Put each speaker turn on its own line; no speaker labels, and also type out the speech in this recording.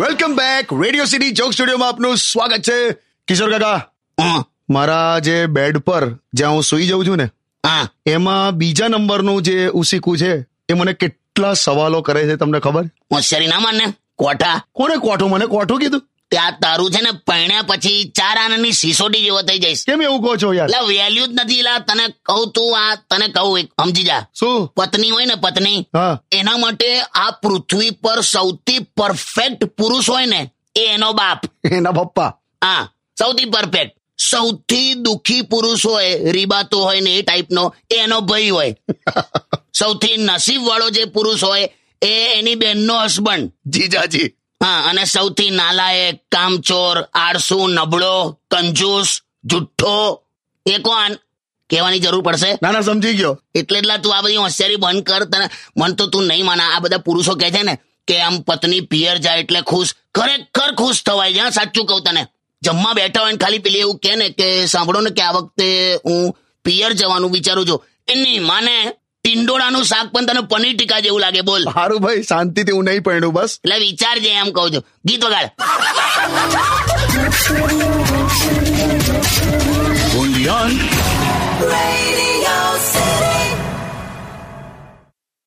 welcome back radio city joke સ્ટુડિયોમાં આપનું સ્વાગત છે કિશોર કાકા
હા
મારા જે બેડ પર જ્યાં હું સૂઈ જાઉં છું ને
હા
એમાં બીજા નંબરનું જે ઉસીકું છે એ મને કેટલા સવાલો કરે છે તમને ખબર
હોશિયારી ના માન ને કોઠા
કોને કોઠું મને કોઠું કીધું
ત્યાં તારું છે ને પરણ્યા પછી ચાર આનાની સિસોટી જેવો થઈ જઈશ
કેમ એવું કહો છો યાર
એટલે વેલ્યુ જ નથી લા તને કહું તું આ તને કહું એક સમજી જા
શું
પત્ની હોય ને પત્ની
હા
એના માટે આ પૃથ્વી પર સૌથી પરફેક્ટ પુરુષ હોય ને એ એનો બાપ
એના પપ્પા
હા સૌથી પરફેક્ટ સૌથી દુખી પુરુષ હોય રીબાતો હોય ને એ ટાઈપનો એ એનો ભાઈ હોય સૌથી નસીબ વાળો જે પુરુષ હોય એ એની બહેનનો હસબન્ડ
જીજાજી
હા અને સૌથી નાલાયક કામચોર આળસુ નબળો કંજૂસ જુઠ્ઠો એ કોણ કહેવાની જરૂર પડશે
ના ના સમજી ગયો
એટલે એટલા તું આ બધી હોશિયારી બંધ કર તને મન તો તું નહીં માના આ બધા પુરુષો કહે છે ને કે આમ પત્ની પિયર જાય એટલે ખુશ ખરેખર ખુશ થવાય જ્યાં સાચું કહું તને જમવા બેઠા હોય ને ખાલી પેલી એવું કહે ને કે સાંભળો ને કે આ વખતે હું પિયર જવાનું વિચારું છું એની માને ટિંડોળાનું શાક પણ તને પનીર ટીકા જેવું લાગે બોલ
હારું ભાઈ શાંતિથી હું નહીં પડ્યું બસ
એટલે વિચારજે એમ કહું છું ગીત વગાડ